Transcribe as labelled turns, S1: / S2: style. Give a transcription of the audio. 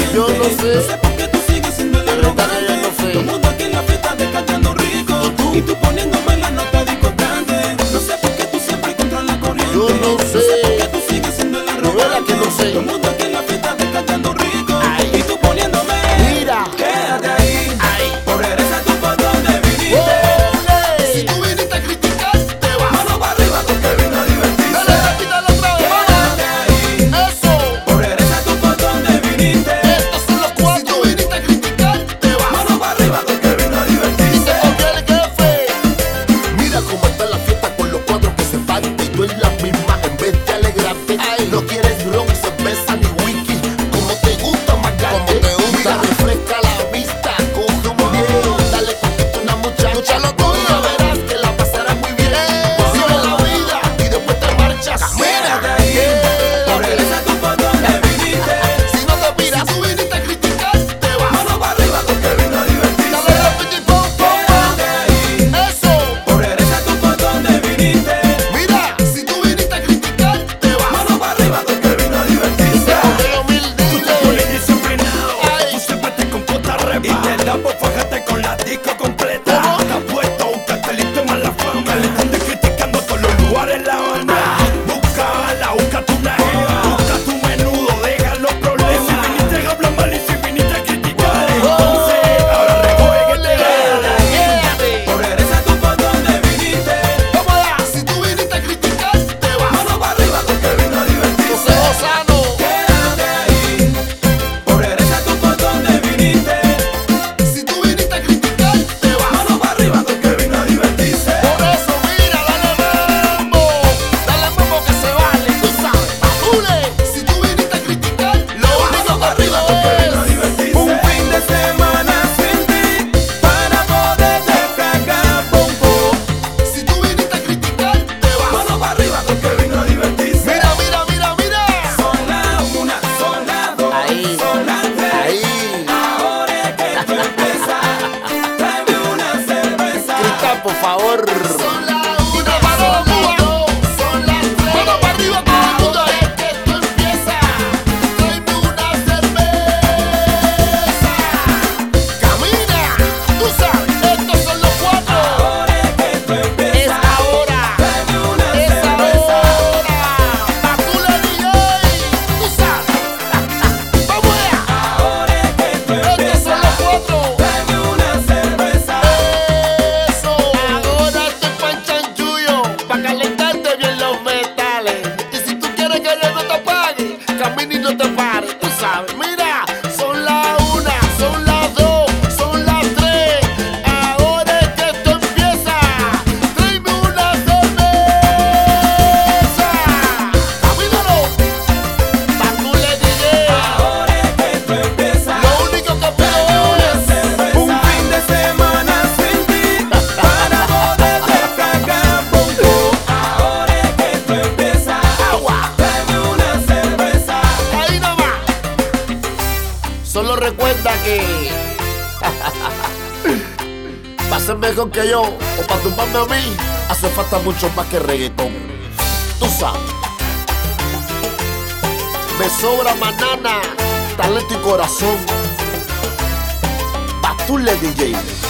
S1: fui.
S2: No sé por qué tú sigues siendo el arrogante.
S1: yo no fui.
S2: Todo el mundo aquí en la fiesta descartando rico. Y tú poniéndome la nota de importante. No sé por qué tú siempre contra la corriente.
S1: Yo no sé.
S2: por qué tú sigues siendo el arrogante.
S1: verás que no sé.
S2: Todo el mundo aquí en la fiesta descartando rico.
S1: Ay.
S2: Y tú poniéndome.
S1: Mira.
S2: Quédate ahí.
S1: Ay.
S2: O regresa tú por donde viniste.
S1: Oh. ¡Ole!
S3: Si tú viniste a criticar, te vas.
S2: Mano para arriba, tú que vino a divertirse.
S3: Dale, repítelo otra vez,
S2: Quédate
S3: vamos.
S2: ahí.
S3: Eso.
S2: O regresa tú por donde viniste.
S3: Estos son los cuatro. Si tú viniste a criticar, te vas.
S2: Mano para arriba, tú que vino a
S3: Y te
S2: divertirse.
S3: cogió el jefe. Mira cómo está la fiesta con los cuatro que se van y tú en la misma en vez de alegrarte. No quieres ron, cerveza ni whisky, como te gusta más grande.
S1: Como te gusta.
S3: Mira, refresca la vista, coge un video, dale poquito a una muchacha.
S1: Escúchalo tú.
S3: Una verás que la pasarás muy bien. Vive la vida y después te marchas.
S2: Quédate ahí.
S3: Yeah.
S2: O regresa tú por donde viniste.
S3: Si no te miras, tú viniste a criticar, te vas.
S2: Mano para arriba, tú que vino a divertirse.
S3: Dale rápido y pum, pum,
S2: Quédate ahí.
S3: pum. Eso.
S2: O regresa tú por donde viniste.
S3: Mira, si tú viniste a criticar, te vas.
S2: Mano para arriba, tú que vino a divertirse.
S3: Pero mil dile,
S2: Polilla y sin frenado.
S3: Ay.
S2: Tú siempre te con puta repa. Y te damos, fájate con la disco completa. Te has puesto un cartelito en mala fama. Le están criticando todos los lugares en la banda. Busca la, busca tu najeva. Busca tu menudo, deja los problemas. Y si viniste a hablar mal y si viniste a criticar. Entonces, ahora recoge que te
S1: Quédate.
S2: O regresa tú por donde viniste.
S3: ¿cómo es? Si tú viniste a criticar, te vas.
S2: Mano para arriba, tú que vino a divertirse.
S3: Consejo sano,
S2: Quédate ahí. O regresa tú por donde viniste.
S3: si tú viniste a criticar, te vas.
S2: Mano para arriba, tú que vino a divertirse.
S3: Por eso, mira, dale mambo, dale mambo que se vale, tú sabes. Matule, si tú viniste a criticar, lo único que arriba
S2: A
S3: es.
S2: divertirse. Un fin de semana sin ti para poder descargar bombo.
S3: Si tú viniste a criticar, te vas.
S2: Mano para arriba, tú que vino a divertirse.
S3: Mira, mira, mira, mira.
S2: Son la una, son las dos,
S1: Ahí.
S2: son las tres.
S1: Ahí.
S2: Ahora es que tú empiezas, tráeme una cerveza.
S1: Grita, por favor.
S3: Son las una, para las dos, son las tres. Mano para arriba, todo el mundo. Es que esto empieza. Tráeme una cerveza. Camina, tú sabes, estos son los cuatro.
S2: Ahora es que tú empiezas.
S3: Es ahora,
S2: Tráeme una
S3: es
S2: cerveza.
S3: ahora. Matula DJ, tú sabes. Vamos allá.
S2: Ahora es que tú
S3: Estos son
S2: empiezas.
S3: los cuatro.
S2: Tráeme una cerveza.
S3: Eso, ahora estoy pan chanchullo, pa' calentarte bien los metales. Y si tú quieres que yo no te apague, camina y no te pares, tú sabes. Mira, son las una, son las dos, son las tres. Ahora es que esto empieza. Tráeme una cerveza. Camínalo, Patule DJ.
S2: Ahora es que tú empiezas.
S3: Lo único que pido es
S2: Un fin de semana sin ti para poder descargar bombo. Ahora es que tú empiezas.
S3: agua.
S2: Tráeme una cerveza.
S3: Ahí nomás.
S1: Solo recuerda que.
S3: Para ser mejor que yo o para tumbarme a mí, hace falta mucho más que reggaetón. Tú sabes. Me sobra manana, talento y corazón. Patule DJ.